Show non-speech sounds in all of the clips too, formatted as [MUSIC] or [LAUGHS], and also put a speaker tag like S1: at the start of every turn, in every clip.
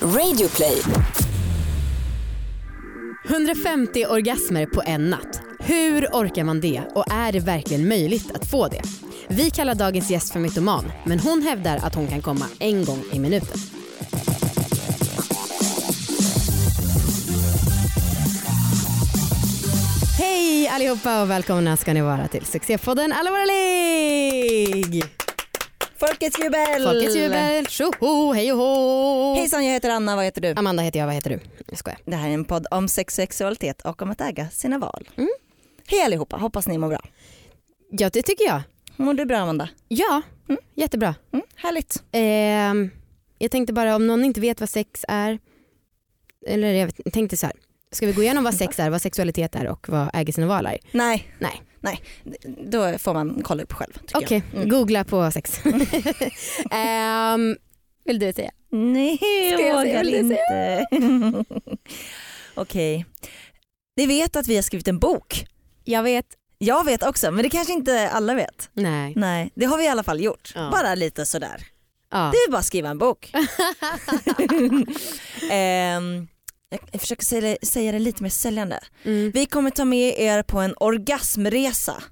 S1: Radioplay.
S2: 150 orgasmer på en natt. Hur orkar man det och är det verkligen möjligt att få det? Vi kallar dagens gäst för mytoman, men hon hävdar att hon kan komma en gång i minuten. Hej allihopa och välkomna ska ni vara till succépodden Alla våra ligg!
S3: Folkets jubel!
S2: Folkets jubel, tjoho, hej och hå!
S3: Hejsan, jag heter Anna. Vad heter du?
S2: Amanda heter jag, vad heter du? Jag skojar.
S3: Det här är en podd om sex, sexualitet och om att äga sina val.
S2: Mm.
S3: Hej allihopa, hoppas ni mår bra.
S2: Ja, det tycker jag.
S3: Mår du bra Amanda?
S2: Ja, jättebra.
S3: Mm, härligt.
S2: Ehm, jag tänkte bara om någon inte vet vad sex är. Eller jag vet- jag tänkte så här. Ska vi gå igenom vad sex är, vad sexualitet är och vad äger sina val är?
S3: Nej,
S2: Nej.
S3: nej, d- då får man kolla upp själv tycker
S2: Okej,
S3: jag. Mm.
S2: googla på [LAUGHS] sex. Ehm, vill du säga?
S3: Nej, jag
S2: jag säga,
S3: vågar
S2: vill du
S3: inte. [LAUGHS] Okej, ni vet att vi har skrivit en bok.
S2: Jag vet.
S3: Jag vet också, men det kanske inte alla vet.
S2: Nej.
S3: Nej, det har vi i alla fall gjort.
S2: Ja.
S3: Bara lite sådär.
S2: Ja.
S3: Det är bara att skriva en
S2: [LAUGHS]
S3: bok. Ehm, jag försöker säga det, säga det lite mer säljande.
S2: Mm.
S3: Vi kommer ta med er på en orgasmresa.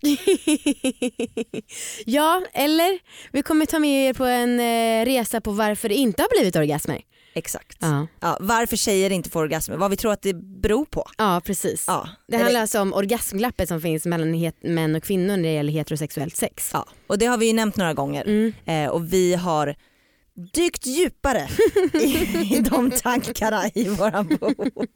S2: ja, eller vi kommer ta med er på en eh, resa på varför det inte har blivit orgasmer.
S3: Exakt. Ja.
S2: Ja,
S3: varför tjejer inte får orgasmer, vad vi tror att det beror på.
S2: ja precis.
S3: Ja.
S2: Det handlar alltså om orgasmglappet som finns mellan het- män och kvinnor när det gäller heterosexuellt sex.
S3: ja. Och det har vi ju nämnt några gånger
S2: Mm.
S3: eh, och vi har dykt djupare i, i de tankarna i våran bok.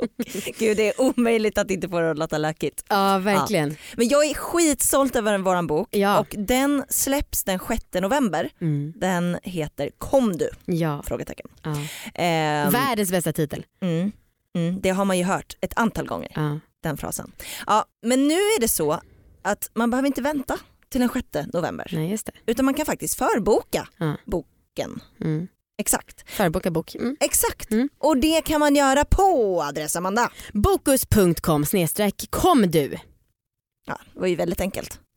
S3: Gud det är omöjligt att inte få det att låta lökigt.
S2: Ja, verkligen.
S3: Men jag är skitstolt över våran bok
S2: Ja.
S3: och den släpps den 6 november.
S2: Mm.
S3: Den heter Kom du?
S2: Ja.
S3: Frågetecken.
S2: ja.
S3: Ehm,
S2: Världens bästa titel.
S3: Mm. Mm, det har man ju hört ett antal gånger,
S2: Ja.
S3: den frasen. Ja, men nu är det så att man behöver inte vänta till den 6 november
S2: Nej, just det.
S3: utan man kan faktiskt förboka
S2: Mm. Ja.
S3: boken.
S2: Mm.
S3: Exakt.
S2: Förboka bok. Mm.
S3: Exakt.
S2: Mm.
S3: Och det kan man göra på adress Amanda.
S2: Bokus.com snedstreck kom du.
S3: Ja, det var ju väldigt enkelt. [LAUGHS]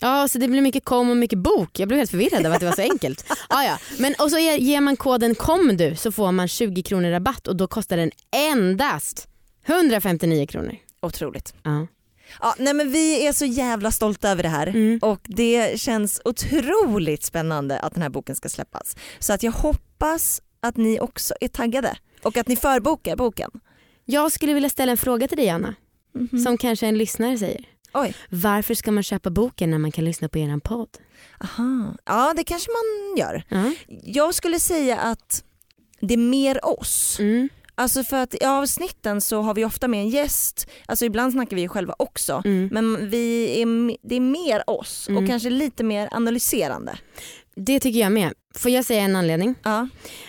S2: Ja, så det blir mycket kom och mycket bok. Jag blev helt förvirrad av att det var så
S3: [LAUGHS]
S2: enkelt. Ja, ja. Men, och så ger- ger man koden kom du så får man 20 kronor rabatt och då kostar den endast 159 kronor.
S3: Otroligt.
S2: Ja.
S3: Ja, nej men vi är så jävla stolta över det här
S2: Mm.
S3: och det känns otroligt spännande att den här boken ska släppas. Så att jag hoppas att ni också är taggade och att ni förbokar boken.
S2: Jag skulle vilja ställa en fråga till dig Anna,
S3: Mm.
S2: som kanske en lyssnare säger.
S3: Oj.
S2: Varför ska man köpa boken när man kan lyssna på eran podd?
S3: Aha. Ja det kanske man gör.
S2: Ja.
S3: Jag skulle säga att det är mer oss.
S2: Mm.
S3: Alltså för att i avsnitten så har vi ofta med en gäst, alltså ibland snackar vi ju själva också.
S2: Mm.
S3: Men vi är, m- det är mer oss och kanske lite mer analyserande.
S2: Det tycker jag med. Får jag säga en anledning?
S3: Ja.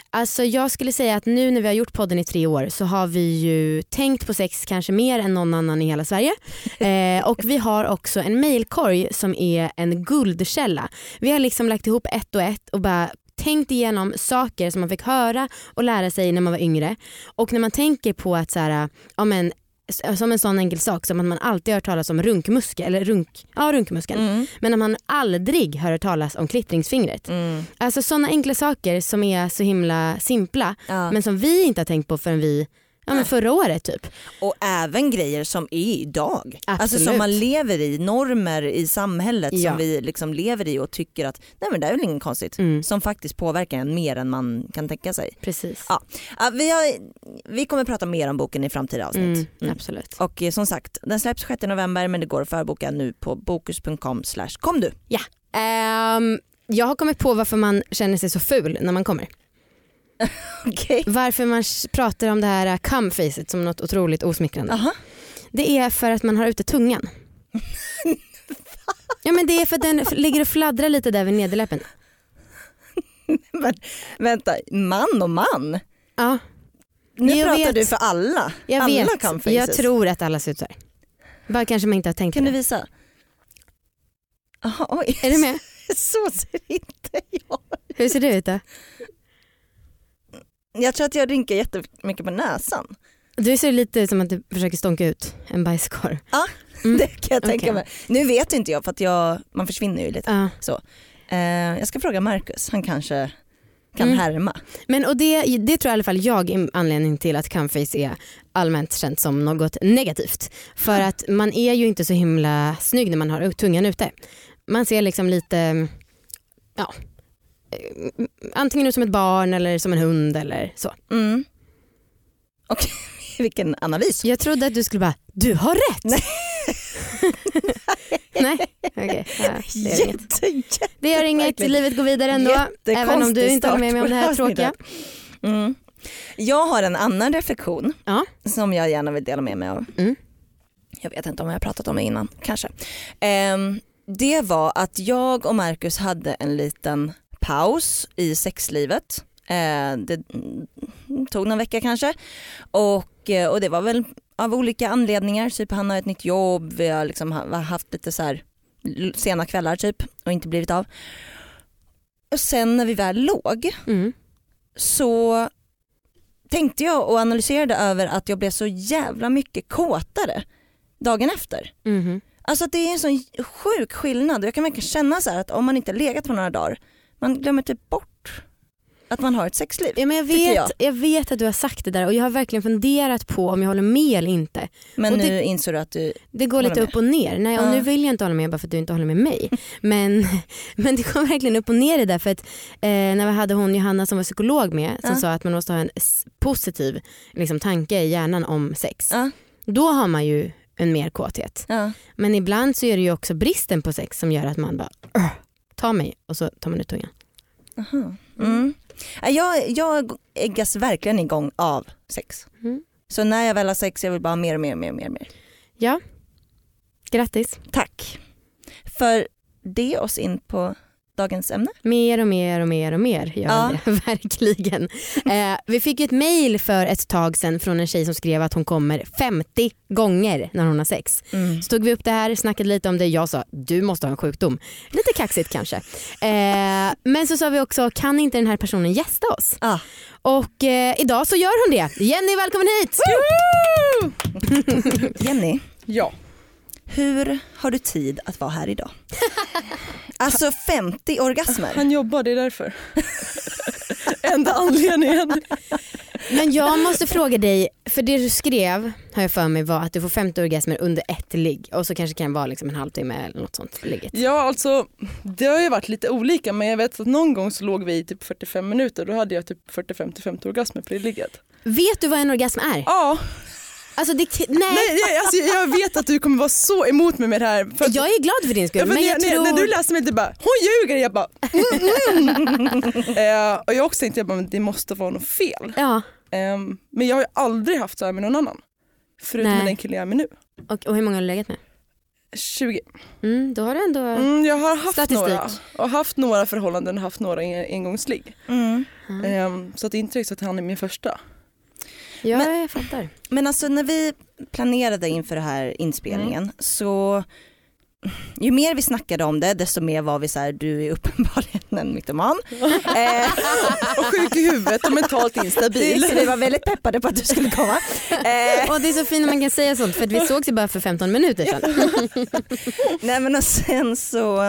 S2: Alltså jag skulle säga att nu när vi har gjort podden i tre år så har vi ju tänkt på sex kanske mer än någon annan i hela Sverige. Eh, och vi har också en mailkorg som är en guldkälla. Vi har liksom lagt ihop ett och ett och bara tänkt igenom saker som man fick höra och lära sig när man var yngre. Och när man tänker på att så här, ja men s- som en sån enkel sak som att man alltid hör talas om runkmuskel, eller runk, ja, runkmuskeln.
S3: Mm.
S2: Men att man aldrig hör talas om klittringsfingret.
S3: Mm.
S2: Alltså sådana enkla saker som är så himla simpla
S3: Ja.
S2: men som vi inte har tänkt på förrän vi Ja, men förra året typ.
S3: Och även grejer som är idag. Alltså
S2: Absolut.
S3: som man lever i, normer i samhället
S2: Ja.
S3: som vi liksom lever i och tycker att nej men det är väl inget konstigt.
S2: Mm.
S3: Som faktiskt påverkar en mer än man kan tänka sig.
S2: Precis.
S3: Ja. Ja, vi, har, vi kommer prata mer om boken i framtida avsnitt.
S2: Mm,
S3: Mm.
S2: Absolut.
S3: Och eh, som sagt, den släpps 6 november men det går att förboka nu på bokus.com slash kom du. [LAUGHS]
S2: Ehm, jag har kommit på varför man känner sig så ful när man kommer.
S3: Okej.
S2: Varför man s- pratar om det här äh, cumfacet som något otroligt osmickrande.
S3: Aha.
S2: Det är för att man har
S3: [LAUGHS]
S2: ute tungan. ja men det är för att den f- ligger och fladdrar lite där vid nederläppen.
S3: Men Vänta, man och man?
S2: Ja,
S3: Nu
S2: Jag
S3: pratar
S2: vet.
S3: du för alla.
S2: jag
S3: alla
S2: vet.
S3: Kan faces.
S2: Jag tror att alla ser ut så här. Bara kanske man inte har tänkt
S3: Kan
S2: på
S3: du
S2: det.
S3: visa? Aha, oj.
S2: Är du med?
S3: [LAUGHS] Så ser inte jag
S2: Hur ser du ut då?
S3: Jag tror att jag rynkar jättemycket på näsan.
S2: Du ser lite ut som att du försöker stånka ut en bajskorv.
S3: [LAUGHS]
S2: Mm.
S3: Det kan jag tänka
S2: Okej.
S3: mig. Nu vet inte jag för att jag, man försvinner ju lite.
S2: Ja.
S3: Eh, jag ska fråga Marcus, han kanske kan
S2: Mm.
S3: härma.
S2: Men och det, det tror jag i alla fall jag är anledningen till att camface är allmänt känt som något negativt. För att man är ju inte så himla snygg när man har tungan ute. Man ser liksom lite, ja, eh, antingen ut som ett barn eller som en hund eller så.
S3: Mm. Okej, [LAUGHS] vilken analys.
S2: Jag trodde att du skulle bara, du har rätt! Nej. [LAUGHS] Nej, okej. Ja, det gör inget.
S3: Jätte, jätte,
S2: det gör inget,
S3: verkligen.
S2: livet går vidare ändå. Även om du inte håller med mig om det här tråkiga.
S3: Mm. Jag har en annan reflektion
S2: Ja.
S3: som jag gärna vill dela med mig av.
S2: Mm.
S3: Jag vet inte om jag har pratat om det innan, kanske. Ehm, det var att jag och Marcus hade en liten paus i sexlivet. Eh, det mm, tog någon vecka kanske. Och, eh, och det var väl av olika anledningar, typ han har ett nytt jobb, vi har liksom ha- haft lite så här l- sena kvällar typ och inte blivit av. Och sen när vi väl låg
S2: Mm.
S3: så tänkte jag och analyserade över att jag blev så jävla mycket kåtare dagen efter.
S2: Mhm.
S3: Alltså att det är en sån sjuk skillnad och jag kan verkligen känna så här att om man inte legat på några dagar, man glömmer typ bort att man har ett sexliv.
S2: Ja, men jag,
S3: tycker
S2: vet,
S3: jag.
S2: jag. vet att du har sagt det där och jag har verkligen funderat på om jag håller med eller inte.
S3: Men
S2: och det-
S3: nu insåg du att du,
S2: Det går
S3: Håller
S2: lite
S3: med.
S2: upp och ner. Nej, och
S3: Ja.
S2: Nu vill jag inte hålla med bara för att du inte håller
S3: [LAUGHS]
S2: med mig. Men, men det går verkligen upp och ner i det där. För att, eh, när vi hade hon Johanna som var psykolog med som
S3: Ja.
S2: sa att man måste ha en s- positiv liksom, tanke i hjärnan om sex.
S3: Ja.
S2: Då har man ju en mer kåthet.
S3: ja,
S2: Men ibland så är det ju också bristen på sex som gör att man bara "Ugh, ta mig och så tar man ut tungan.
S3: aha. Mm. Ja, Jag, jag äggas verkligen igång av sex.
S2: Mm.
S3: Så när jag väl har sex, jag vill bara ha mer och mer och mer och mer. och mer.
S2: Ja, grattis.
S3: Tack för det oss in på dagens ämne.
S2: Mer och mer och mer och mer gör
S3: Ja.
S2: det, [LAUGHS] verkligen. Eh, vi fick ju ett mail för ett tag sedan från en tjej som skrev att hon kommer 50 gånger när hon har sex. Så tog vi upp det här, snackade lite om det, jag sa du måste ha en sjukdom. Lite kaxigt kanske. Eh, men så sa vi också, kan inte den här personen gästa oss?
S3: Ah.
S2: Och eh, idag så gör hon det. Jenny välkommen hit!
S3: Jenny,
S1: Ja.
S3: hur har du tid att vara här idag? alltså 50 orgasmer.
S1: Han jobbar, det är [LAUGHS] därför. Enda anledningen.
S2: Men jag måste fråga dig, för det du skrew har jag för mig var att du får 50 orgasmer under ett ligg och så kanske det kan vara liksom en halvtimme eller något sånt för ligget.
S1: Ja, alltså det har ju varit lite olika men jag vet att någon gång så låg vi i typ 45 minuter då hade jag typ 45-50 orgasmer på det ligget.
S2: Vet du vad en orgasm är?
S1: Ja,
S2: Alltså det, nej,
S1: Ah. nej, jag, alltså, jag vet att du kommer vara så emot mig med det här. För att,
S2: jag är glad för din skull
S1: Ja, för
S2: men
S1: när,
S2: jag
S1: när-
S2: tror...
S1: när du läste mig du bara “hon ljuger” jag bara [LAUGHS] mm, mm. eh, Och jag också tänkte jag bara “men det måste vara något fel”.
S2: ja,
S1: Ehm, men jag har ju aldrig haft så här med någon annan. Förutom
S2: Nej.
S1: med den killen jag är med nu.
S2: och, och hur många har du legat med?
S1: 20.
S2: Mm, då har du ändå...
S1: Mm, jag har haft
S2: Statistik.
S1: några och haft några förhållanden och haft några en- engångsligg.
S3: Mm.
S1: Ehm, så att det är inte riktigt så att han är min första.
S2: Ja, jag fattar.
S3: Men alltså när vi planerade inför den här inspelningen så ju mer vi snackade om det desto mer var vi så här, du är uppenbarligen en mytoman. eh,
S1: Och sjuk i huvudet och mentalt
S3: [LAUGHS]
S1: instabil.
S3: vi var väldigt peppade på att du skulle komma. Eh,
S2: Och det är så fint när man kan säga sånt för att vi sågs ju bara för 15 minuter sedan.
S3: Nej men och sen så,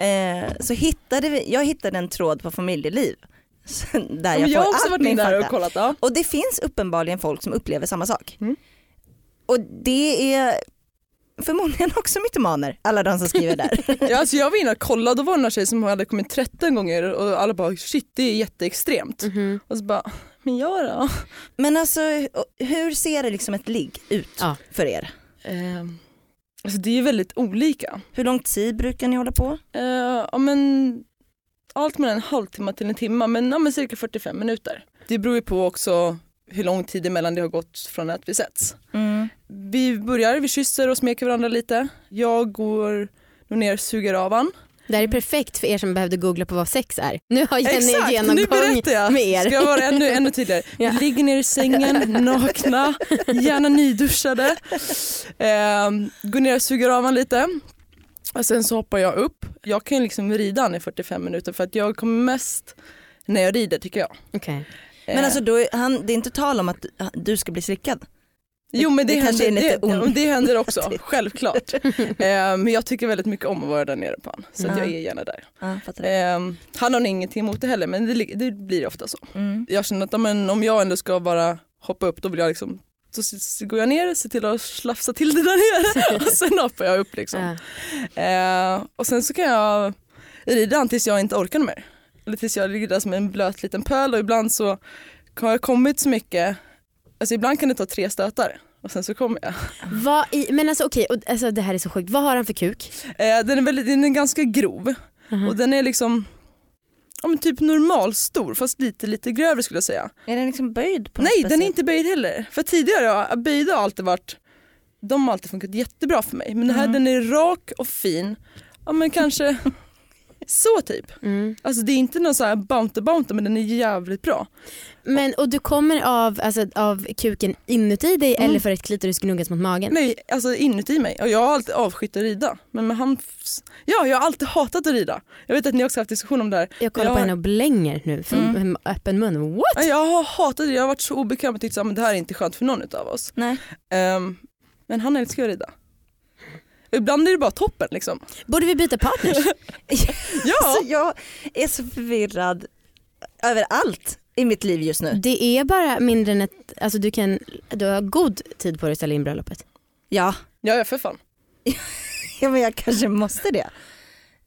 S3: eh, så hittade vi, jag hittade en tråd på familjeliv. Där
S1: Men jag har
S3: får
S1: också
S3: allt
S1: varit
S3: min
S1: inne där och
S3: fakta.
S1: kollat. Ja.
S3: Och det finns uppenbarligen folk som upplever samma sak.
S1: Mm.
S3: Och det är förmodligen också mytomaner, alla de som skriver
S1: [LAUGHS]
S3: där.
S1: Ja, alltså jag var inne och kollade och då var det någon tjej som hade kommit 13 gånger och alla bara shit det är jätteextremt.
S2: Mhm.
S1: Och så bara men jag då?
S3: Men alltså och hur ser det liksom ett ligg ut
S2: Ja.
S3: för er?
S1: Ehm, alltså det är ju väldigt olika.
S3: Hur lång tid brukar ni hålla på?
S1: Eh, ja, men, allt mellan en halvtimme till en timme, men, ja, men cirka 45 minuter. Det beror ju på också hur lång tid emellan det har gått från att vi sätts.
S3: Eh.
S1: Vi börjar, vi kysser och smeker varandra lite. Jag går nog ner och suger av han.
S2: Det här är perfekt för er som behövde googla på vad sex är. Nu har Jenny en
S1: Exakt, nu
S2: genomgång
S1: berättar jag.
S2: med er.
S1: Ska jag vara ännu,
S3: [LAUGHS]
S1: ännu tydligare?
S2: Ja.
S1: Vi ligger ner i sängen, nakna, gärna nyduschade. Eh, går ner och suger av honom lite. Och sen så hoppar jag upp. Jag kan ju liksom rida han i 45 minuter för att jag kommer mest när jag rider tycker jag.
S2: Okej.
S1: Eh,
S3: alltså, Men alltså då är han, det är inte tal om att du ska bli slickad?
S1: Jo men det,
S3: Det kanske
S1: händer,
S3: är
S1: det,
S3: lite
S1: ja, men det händer också,
S3: onödigt. [LAUGHS]
S1: självklart. Eh, men jag tycker väldigt mycket om att vara där nere på han, så
S3: Ja.
S1: att jag är gärna där.
S3: Ja, fattar det.
S1: Eh, han har nog ingenting emot det heller men det, lig- det blir ofta så.
S3: Mm.
S1: Jag känner att ja, men, om jag ändå ska bara hoppa upp då vill jag liksom så s- s- går jag ner, ser till att slafsa till det där nere och sen hoppar jag upp liksom.
S2: Ja.
S1: Eh, och sen så kan jag rida han tills jag inte orkar mer. Eller tills jag ligger där som en blöt liten pöl och ibland så har jag kommit så mycket, alltså ibland kan det ta tre stötar och sen så kommer jag.
S2: Vad i, men alltså okej, och- alltså, det här är så sjukt. Vad har han för kuk?
S1: Eh, den, är väldigt, den är ganska grov
S2: Mhm.
S1: och den är liksom ja, men typ normalstor fast lite lite grövre skulle jag säga.
S3: Är den liksom böjd på
S1: Nej
S3: något
S1: den är
S3: speciellt?
S1: inte böjd heller. För tidigare har böjda har alltid varit, de har alltid funkat jättebra för mig. Men den här
S3: Mhm.
S1: den är rak och fin. Ja
S3: [LAUGHS]
S1: men kanske så typ.
S2: Mm.
S1: Alltså det är inte någon så här bounty bounty men den är jävligt bra.
S2: Men, och du kommer av, alltså, av kuken inuti dig
S1: Mm.
S2: eller för att klitoris gnuggas mot magen?
S1: Nej alltså inuti mig och jag har alltid avskytt att rida. Men med han, ja jag har alltid hatat att rida. Jag vet att ni också haft diskussion om det här.
S2: Jag kollar
S1: Jag-
S2: på henne och blänger nu för
S3: Mm.
S2: öppen mun. What?
S1: Ja, Jag har hatat det, jag har varit så obekväm och tyckt att det här är inte skönt för någon av oss.
S3: Nej.
S1: Ehm, men han älskar ju att rida. Ibland är det bara toppen liksom.
S2: Borde vi byta
S1: [LAUGHS]
S2: partners?
S1: Ja,
S3: Alltså, jag är så förvirrad över allt i mitt liv just nu.
S2: det är bara mindre än ett, alltså du kan, du har god tid på dig att ställa in bröllopet.
S3: Ja,
S1: [LAUGHS] ja ja, för fan.
S3: ja men jag kanske måste det.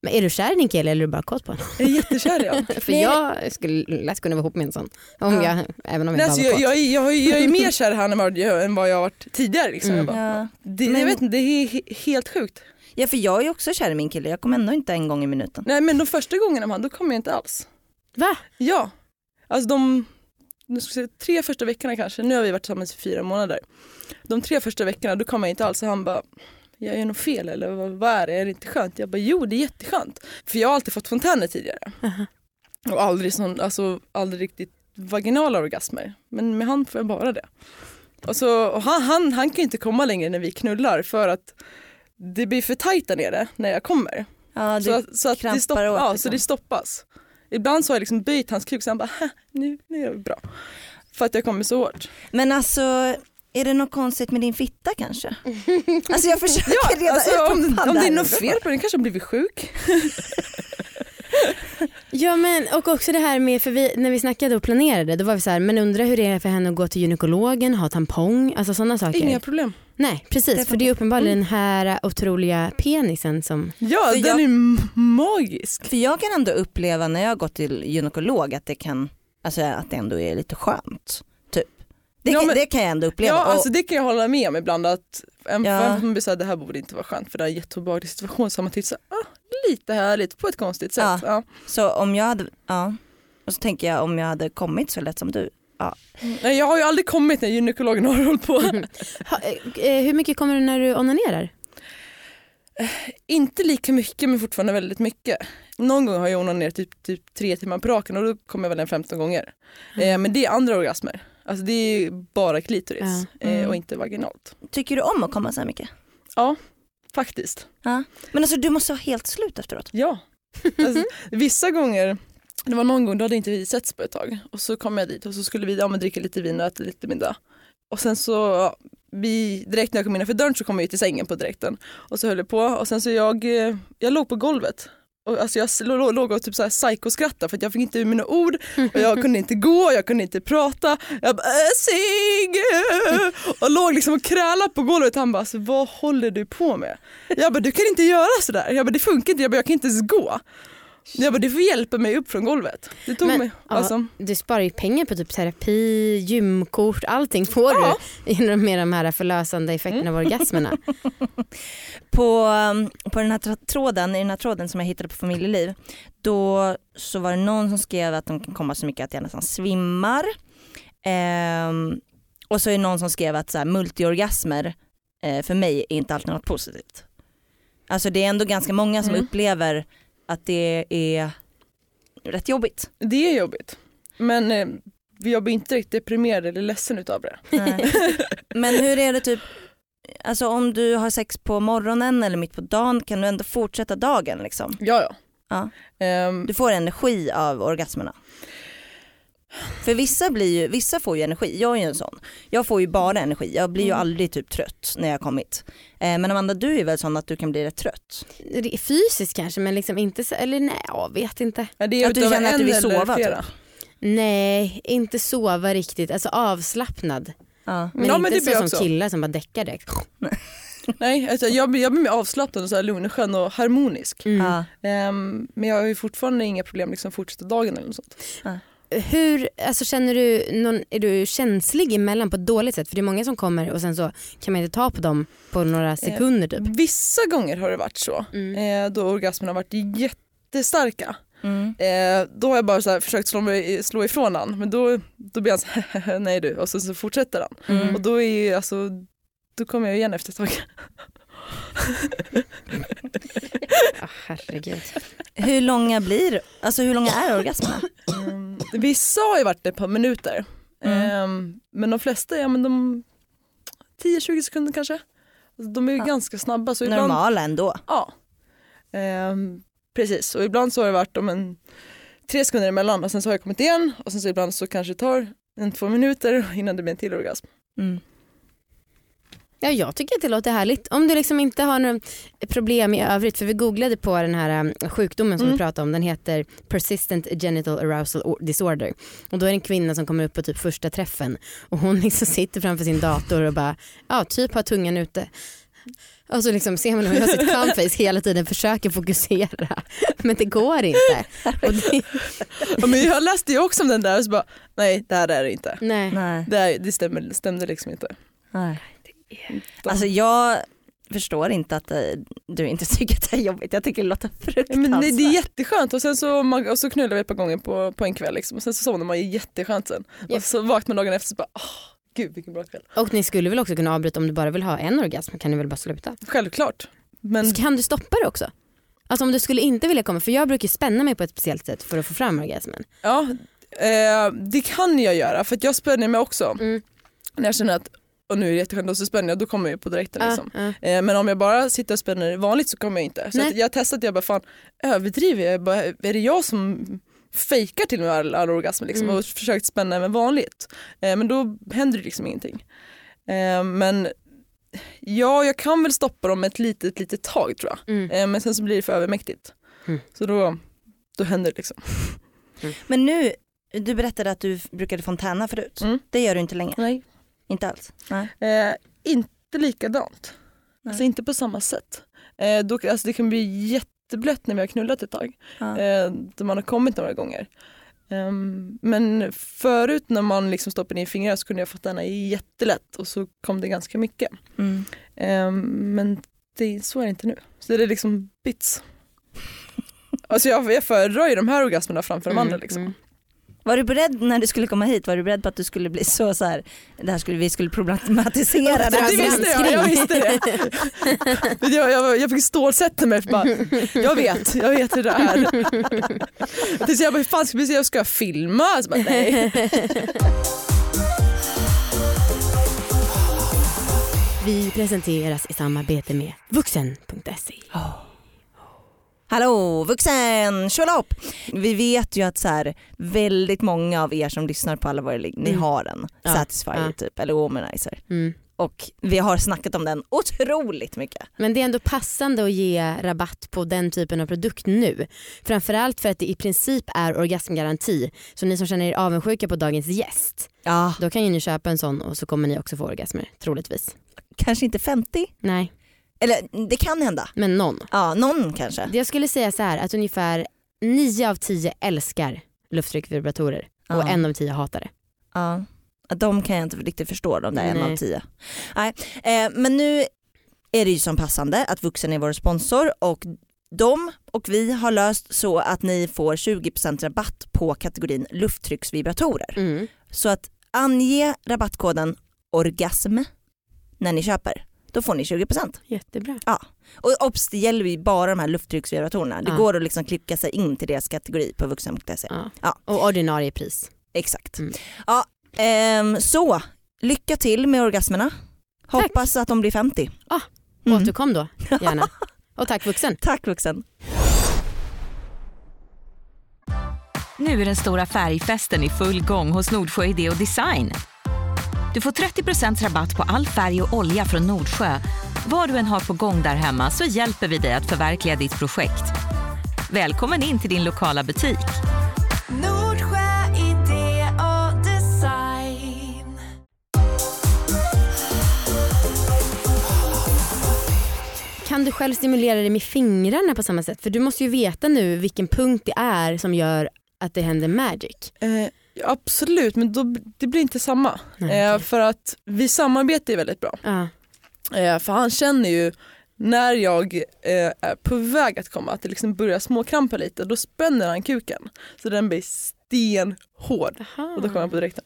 S2: Men är du kär i din kille eller är du bara kåt på honom?
S1: Jag är jättekär i honom.
S2: [LAUGHS] För
S3: Nej.
S2: jag skulle lätt kunna vara ihop med en sån. Om
S3: Ja.
S2: jag, även om
S1: Nej,
S2: jag
S1: alltså,
S2: bara var
S1: jag,
S2: kåt.
S1: jag, är- jag, är- jag är mer kär i honom än vad jag- än vad jag har varit tidigare. Liksom.
S2: Mm.
S1: Jag, bara,
S3: Ja.
S1: det,
S3: Men-
S1: jag vet inte, det är he- helt sjukt.
S3: ja för jag är också kär i min kille, jag kommer ändå inte en gång i minuten.
S1: Nej men de första gångerna med honom, då kom jag inte alls.
S2: Va?
S1: Ja, alltså de nu ska jag säga, tre första veckorna kanske, nu har vi varit tillsammans i fyra månader. De tre första veckorna då kom jag inte alls och han bara, jag gör något fel eller vad, vad är det, är det inte skönt? Jag bara, jo det är jätteskönt. För jag har alltid fått fontäner tidigare. Och aldrig, sån, alltså, aldrig riktigt vaginala orgasmer. Men med han får jag bara det. Och så, och han, han, han kan ju inte komma längre när vi knullar för att det blir för tajt där nere när jag kommer.
S3: Ja,
S1: Så,
S3: du,
S1: att- så, att det
S3: krampar
S1: stopp,
S3: åt,
S1: ja,
S3: liksom.
S1: så det stoppas. Ibland så har jag liksom böjt hans kuk så han bara "Hä, nu, nu är det bra. För att jag kommer så hårt.
S3: men alltså är det något konstigt med din fitta
S1: [LAUGHS]
S3: kanske? Alltså jag försöker reda
S1: Alltså,
S3: ut vad
S1: om,
S3: fan
S1: om det är
S3: här
S1: något fel på den kanske har blivit sjuk.
S2: Ja men och också det här med, för vi, när vi snackade och planerade då var vi så här, men undra hur det är för henne att gå till gynekologen, ha tampong, alltså sådana saker.
S1: Inga Mm. problem.
S2: Nej precis,
S3: Det är
S2: för det är uppenbarligen den här otroliga penisen
S1: [LAUGHS]
S2: som,
S1: Ja,
S3: Så
S1: den
S3: jag-
S1: är m- magisk.
S3: För jag kan ändå uppleva när jag har gått till gynekolog att det kan, alltså att det ändå är lite skönt. Typ. Det,
S1: Ja,
S3: kan-
S1: men-
S3: det kan jag ändå uppleva.
S1: Ja,
S3: Och-
S1: alltså det kan jag hålla med om ibland att en
S3: Ja.
S1: ja. man blir såhär, det här borde inte vara skönt för det är en jätteobehaglig situation så har man tyckt såhär, ah, lite härligt på ett konstigt sätt. Ja.
S3: Så om jag hade, ja. Och så tänker jag om jag hade kommit så lätt som du.
S1: Nej, Jag har ju aldrig kommit när gynekologen har hållit [LAUGHS] på.
S2: ha, eh, hur mycket kommer du när du onanerar?
S1: Inte lika mycket men fortfarande väldigt mycket. Någon gång har jag onanerat typ, typ tre timmar på raken och då kommer jag väl en 15 gånger. Eh, men det är andra orgasmer. Alltså det är ju bara klitoris
S3: Ja. Mm.
S1: eh, och inte vaginalt.
S3: Tycker du om att komma så här mycket?
S1: Faktiskt,
S3: Men alltså du måste vara helt slut efteråt.
S1: ja. Alltså, vissa gånger, det var någon gång då hade inte vi setts på ett tag och så kom jag dit och så skulle vi ja, men dricka lite vin och äta lite middag. Och sen så, ja, vi, direkt när jag kom innanför dörren så kom jag ju till sängen på direkten och så höll jag på och sen så jag, eh, jag låg på golvet och alltså jag s- lå- låg och typ så här psykoskrattade för att jag fick inte ur mina ord och jag kunde inte gå, jag kunde inte prata. Jag bara äh, Sigge! Och låg liksom och krälade på golvet. Han bara alltså, vad håller du på med? Jag bara du kan inte göra sådär. Jag bara det funkar inte, jag, bara, jag kan inte ens gå. Jag bara du får hjälpa mig upp från golvet. Det tog
S2: Men,
S1: mig.
S2: ja.
S1: Alltså,
S2: Du sparar ju pengar på typ terapi, gymkort, allting får
S1: Ja. Mm.
S2: du genom med de här förlösande effekterna av orgasmerna.
S3: På, um, på den här tra- tråden, i den här tråden som jag hittade på familjeliv, då så var det någon som skrev att de kan komma så mycket att jag nästan svimmar. Ehm, och så är det någon som skrev att så här, multiorgasmer eh, för mig är inte alltid något positivt. Alltså det är ändå ganska många som
S1: Mm.
S3: upplever att det är rätt jobbigt.
S1: det är jobbigt. Men eh, jag blir inte riktigt deprimerad eller ledsen utav det.
S3: Nej. [LAUGHS] Men hur är det typ, alltså om du har sex på morgonen eller mitt på dagen kan du ändå fortsätta dagen liksom?
S1: Ja ja.
S3: Ja.
S1: Ehm,
S3: Du får energi av orgasmerna. För vissa, blir ju, vissa får ju energi, jag är ju en sån. Jag får ju bara energi, jag blir ju
S2: Mm.
S3: aldrig typ trött när jag har kommit. Eh, men Amanda du är väl sån att du kan bli rätt trött?
S2: Re- Fysiskt kanske men liksom inte så, eller nej jag vet inte.
S1: Ja, det är
S3: Att du
S1: utav
S3: känner att du
S1: en
S3: vill
S1: eller
S3: sova,
S1: flera.
S2: Nej inte sova riktigt, alltså avslappnad.
S3: Ja.
S2: Men
S1: Ja, men
S2: inte
S1: det blir
S2: så
S1: jag också.
S2: som killar som bara däckar direkt.
S1: Nej, alltså, jag, blir, jag blir mer avslappnad och så här lugn och harmonisk.
S2: Mm.
S3: Ja.
S1: Ehm, men jag har ju fortfarande inga problem liksom, att fortsätta dagen eller något sånt.
S2: Hur, alltså känner du någon, är du känslig emellan på ett dåligt sätt? För det är många som kommer och sen så kan man inte ta på dem på
S1: Eh,
S2: några sekunder typ.
S1: Vissa gånger har det varit så,
S2: Mm.
S1: eh, då orgasmerna har varit jättestarka.
S3: Mm.
S1: Eh, då har jag bara så här försökt slå, mig, slå ifrån han men då, då blir han så här, [LAUGHS] nej du och så, så fortsätter han.
S3: Mm.
S1: Och då är ju alltså, då kommer jag igen efter ett tag.
S2: Ja, Ah, herregud.
S3: Hur långa blir, alltså hur långa är [LAUGHS] orgasmerna?
S1: Mm. Vissa har ju varit det ett par minuter
S3: Mm.
S1: Ehm, men de flesta, ja men de 10-20 sekunder kanske. Alltså, De är ju
S3: Ja.
S1: ganska snabba så ibland,
S3: Normala ändå.
S1: ja. Ehm, precis och ibland så har det varit om en tre sekunder emellan och sen så har jag kommit igen och sen så ibland så kanske det tar en två minuter innan det blir en till orgasm.
S3: Mm.
S2: Ja, jag tycker att det låter härligt. Om du liksom inte har några problem i övrigt, för vi googlade på den här eh, sjukdomen som vi
S1: Mm.
S2: pratade om, den heter persistent genital arousal O- disorder. Och då är det en kvinna som kommer upp på typ första träffen och hon liksom sitter framför sin dator och bara, ja typ har tungan ute. Och så liksom ser man hur hon gör sitt cumface hela tiden, försöker fokusera. Men det går inte. Och det,
S1: Ja, men jag läste ju också om den där och så bara, nej det här är det inte.
S3: [LAUGHS]
S2: nej.
S3: Nej.
S1: Det, här, det stämmer, det stämde liksom inte.
S3: Nej. Alltså jag förstår inte att eh, du inte [LAUGHS] tycker att det är jobbigt. Jag tycker det låter
S1: Ja, Men nej, det är
S3: fruktansvärt.
S1: jätteskönt och sen så, man, och så knullar vi ett par gånger på, på en kväll liksom. och sen så somnar man ju jätteskönt sen.
S2: Ja.
S1: Och så vaknar man dagen efter och så bara, åh gud vilken bra kväll.
S2: Och ni skulle väl också kunna avbryta om du bara vill ha en orgasm kan ni väl bara sluta?
S1: Självklart. Men
S2: Så kan du stoppa det också? Alltså om du skulle inte vilja komma, för jag brukar ju spänna mig på ett speciellt sätt för att få fram orgasmen.
S1: ja, eh, det kan jag göra för att jag spänner mig också.
S2: Mm.
S1: När jag känner att och nu är det jätteskönt och så spänner jag då kommer jag på direkten. Liksom.
S2: Ja, ja.
S1: Eh, men om jag bara sitter och spänner vanligt så kommer jag inte. Så
S2: Nej.
S1: att jag har testat jag bara fan överdriver jag? jag? Bara, är det jag som fejkar till och med all, all orgasm liksom,
S2: Mm.
S1: och försökt spänna med vanligt? Eh, men då händer det liksom ingenting. Eh, men ja, jag kan väl stoppa dem ett litet, litet tag tror jag.
S2: Mm.
S1: Eh, men sen så blir det för övermäktigt.
S2: Mm.
S1: Så då, då händer det liksom.
S3: Men nu, du berättade att du brukade fontäna förut.
S1: Mm.
S3: Det gör du inte längre.
S1: Nej.
S3: Inte alls. Nej.
S1: Eh, inte likadant.
S3: Nej.
S1: Alltså inte på samma sätt. Eh, då, alltså, det kan bli jätteblött när vi har knullat ett tag.
S3: Ja.
S1: eh, där man har kommit några gånger. Ehm, men förut när man liksom stoppade in fingrar så kunde jag få denna jättelätt och så kom det ganska mycket.
S3: Mm.
S1: Ehm, men det, så är det inte nu. Så det är liksom
S3: [LAUGHS]
S1: bits. Alltså jag, jag föredrar ju de här orgasmerna framför de andra. Liksom.
S2: Mm.
S3: Var du beredd när du skulle komma hit, var du beredd på att du skulle bli så, så här, det här skulle, vi skulle problematisera det
S1: Det,
S3: här?
S2: alltså
S1: visste jag, jag visste det. Men jag, jag, jag fick stålsätta mig för bara, jag vet, jag vet hur det är. Jag tänkte jag bara, hur fan ska jag, ska jag filma? Så bara, nej.
S2: Vi presenteras i samarbete med vuxen.se.
S3: Hallå vuxen, tjola upp! Vi vet ju att så här, väldigt många av er som lyssnar på alla våra ligg, ni
S2: Mm.
S3: har en
S2: Ja,
S3: Satisfyer
S2: ja.
S3: typ, eller Womanizer.
S2: Mm.
S3: Och vi har snackat om den otroligt mycket.
S2: Men det är ändå passande att ge rabatt på den typen av produkt nu. Framförallt för att det i princip är orgasmgaranti. Så ni som känner er avundsjuka på dagens gäst,
S3: Ja,
S2: då kan ju ni köpa en sån och så kommer ni också få orgasmer, troligtvis.
S3: kanske inte 50,
S2: Nej,
S3: eller det kan hända.
S2: men någon.
S3: Ja, någon kanske.
S2: Jag skulle säga så här att ungefär 9 av 10 älskar lufttryckvibratorer och
S3: Ja.
S2: en av 10 hatar det.
S3: Ja. De kan jag inte riktigt förstå, de där en
S2: Nej.
S3: av tio. Nej. Eh, men nu är det ju som passande att Vuxen är vår sponsor och de och vi har löst så att ni får 20% rabatt på kategorin lufttrycksvibratorer.
S1: Mm.
S3: Så att ange rabattkoden orgasm när ni köper. Då får ni 20%.
S2: Jättebra.
S3: Och obs, det gäller ju bara de här lufttrycksvibratorerna. Det
S2: Ja.
S3: går att liksom klicka sig in till deras kategori på vuxen.se.
S2: Ja.
S3: Ja.
S2: Och ordinarie pris.
S3: Exakt.
S2: Mm.
S3: Ja, ehm, så lycka till med orgasmerna.
S2: Tack.
S3: Hoppas att de blir 50.
S2: Ah,
S3: Mm.
S2: Återkom då
S1: [LAUGHS]
S2: gärna. Och tack vuxen.
S3: Tack vuxen.
S4: Nu är den stora färgfesten i full gång hos Nordsjö Idé och Design. Du får 30 rabatt på all färg och olja från Nordsjö. Vad du än har på gång där hemma så hjälper vi dig att förverkliga ditt projekt. Välkommen in till din lokala butik.
S5: Nordsjö idé och design.
S2: Kan du själv stimulera dig med fingrarna på samma sätt? För du måste ju veta nu vilken punkt det är som gör att det händer magic.
S1: Eh, absolut, men då, det blir inte samma.
S2: Nej,
S1: Eh,
S2: okej.
S1: för att vi samarbetar ju väldigt bra.
S2: Ja.
S1: Eh, för han känner ju när jag eh, är på väg att komma, att det liksom börjar småkrampa lite, då spänner han kuken. Så den blir stenhård. Och då kommer jag på direkten.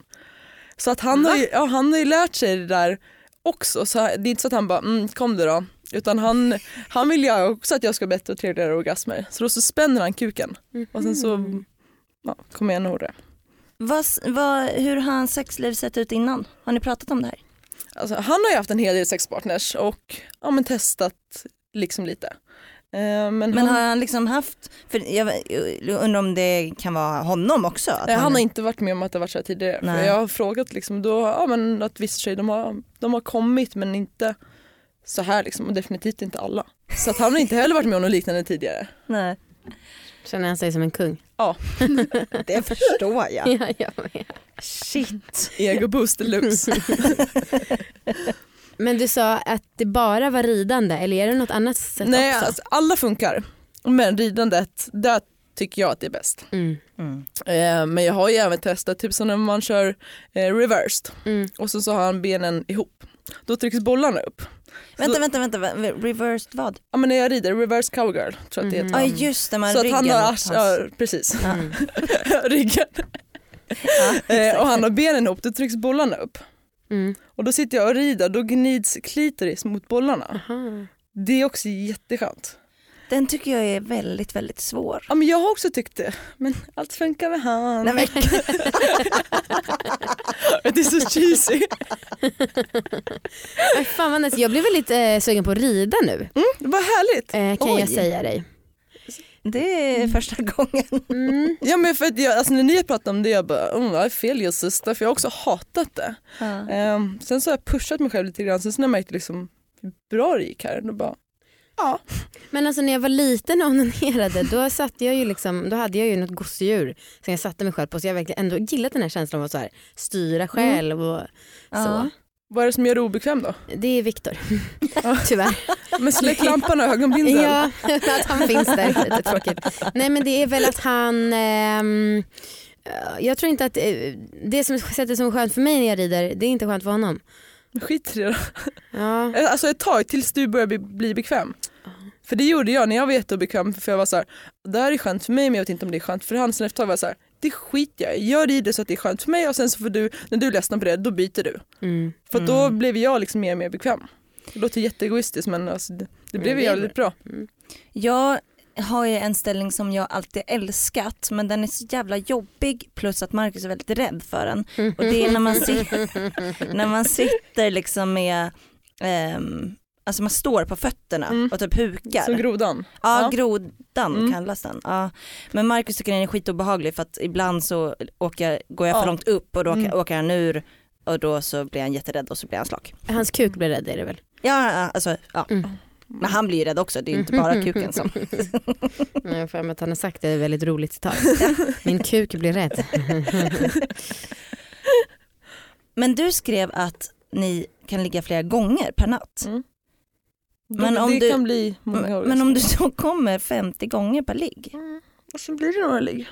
S1: Så att han, har ju, ja, han har ju lärt sig det där också. Så det är inte så att han bara, mm, kom det då. Utan han, han vill ju också att jag ska ha bättre och trevligare orgasmer. Så då så spänner han kuken och sen
S2: Mm.
S1: så ja, kommer jag ännu hårdare.
S3: Vad, vad, hur har hans sexliv sett ut innan? Har ni pratat om det här?
S1: Alltså, han har ju haft en hel del sexpartners och ja, men testat liksom lite. Eh, men
S3: Men
S1: han,
S3: har han liksom haft, för jag undrar om det kan vara honom också? Att
S1: eh, han har inte varit med om att det har varit så här tidigare. För
S3: Nej.
S1: jag har frågat liksom, då, ja, men att vissa tjejer de har, de har kommit men inte så här liksom, och definitivt inte alla. Så att han har inte heller varit med om något liknande tidigare.
S3: Nej.
S2: Känner han sig som en kung?
S3: [LAUGHS] Det förstår jag.
S2: [LAUGHS] Ja, jag med.
S3: Shit. [LAUGHS]
S1: Egoboost deluxe.
S2: Men du sa att det bara var ridande eller är det något annat sätt
S1: Nej,
S2: också?
S1: alltså, alla funkar. Men ridandet, där tycker jag att det är bäst.
S2: Mm.
S1: Eh, men jag har ju även testat, typ som när man kör eh, reversed
S2: Mm.
S1: och så, så har han benen ihop. Då trycks bollarna upp.
S3: Vänta, vänta, vänta, va- reversed vad?
S1: Ja men när jag rider, reverse cowgirl tror jag att det
S2: Mhm.
S1: heter.
S3: Ja just det, Mm. man
S1: Så att
S3: ryggen
S1: han
S3: mot
S1: har
S3: hans-
S1: ars- ja, precis. [LAUGHS]
S2: Mm.
S1: ryggen.
S3: Ja,
S1: Eh, och
S3: exakt.
S1: han har benen ihop, då trycks bollarna upp.
S2: Mm.
S1: Och då sitter jag och rider, då gnids klitoris mot bollarna.
S2: Aha.
S1: Det är också jätteskönt.
S3: Den tycker jag är väldigt, väldigt svår.
S1: Ja men jag har också tyckt det, men allt funkar med han.
S3: Nej, men,
S1: Det är så cheesy.
S2: Ay, fan vad nice. Jag blir väldigt eh, sugen på att rida nu
S1: Vad härligt.
S2: eh, kan
S3: Oj.
S2: jag säga dig.
S3: det är första gången.
S2: Mm.
S1: Ja men för att jag, alltså när ni har pratat om det jag bara, mm, jag är fel just sista för jag har också hatat det. Ehm, sen så har jag pushat mig själv lite grann, sen så när jag märkte liksom hur bra det gick här, då bara
S2: Men alltså när jag var liten och onanerade då, satt jag ju liksom, då hade jag ju något gosedjur som jag satte mig själv på så jag har verkligen ändå gillat den här känslan av att så här, styra själv och så.
S3: Mm. Ja.
S1: vad är det som gör dig obekväm då?
S2: Det är Viktor, [LAUGHS] tyvärr.
S1: Men släck lampan och ögonbindeln.
S2: Ja, [LAUGHS] att han finns där är lite tråkigt. Nej men det är väl att han, ehm, eh, jag tror inte att, eh, det som sättet som är skönt för mig när jag rider, det är inte skönt för honom.
S1: Skit i det då.
S2: Ja.
S1: Alltså ett tag tills du börjar bli, bli bekväm. För det gjorde jag när jag var jätteobekväm för jag var så här, det här är skönt för mig men jag vet inte om det är skönt för han. Sen efter ett tag var jag så här, det skiter jag i. Gör det i det så att det är skönt för mig och sen så får du, när du ledsnar på det, då byter du.
S2: Mm.
S1: För att då blev jag liksom mer och mer bekväm. Det låter jätteegoistiskt men alltså, det, det blev
S2: det
S1: ju
S2: är
S1: jävligt bra.
S3: Jag har ju en ställning som jag alltid älskat men den är så jävla jobbig plus att Marcus är väldigt rädd för den. Och det är när man, sit- [LAUGHS] när man sitter liksom med, ehm, alltså man står på fötterna
S1: Mm.
S3: och typ hukar.
S1: Som grodan.
S3: Ja,
S1: Ja.
S3: grodan
S1: Mm.
S3: kallas den. Ja. Men Marcus tycker den är skitobehaglig för att ibland så åker, jag- går jag för
S1: Ja.
S3: långt upp och då åker,
S1: Mm.
S3: åker han ur och då så blir han jätterädd och så blir han slak.
S2: [LAUGHS] Hans kuk blir rädd är det väl?
S3: Ja, ja, alltså, ja.
S2: Mm.
S3: Men han blir ju rädd också, det är ju inte bara kuken som...
S2: [LAUGHS] Nej, Jag har för mig att han har sagt det, det är ett väldigt roligt [LAUGHS] citat. Min kuk blir rädd.
S3: Men du skrev att ni kan ligga flera gånger per natt.
S1: Mm.
S3: Men om
S1: det
S3: du-
S1: kan bli många
S3: Men-
S1: år. liksom. Mm.
S3: Men om du då kommer 50 gånger per ligg.
S1: Och sen blir det några ligg.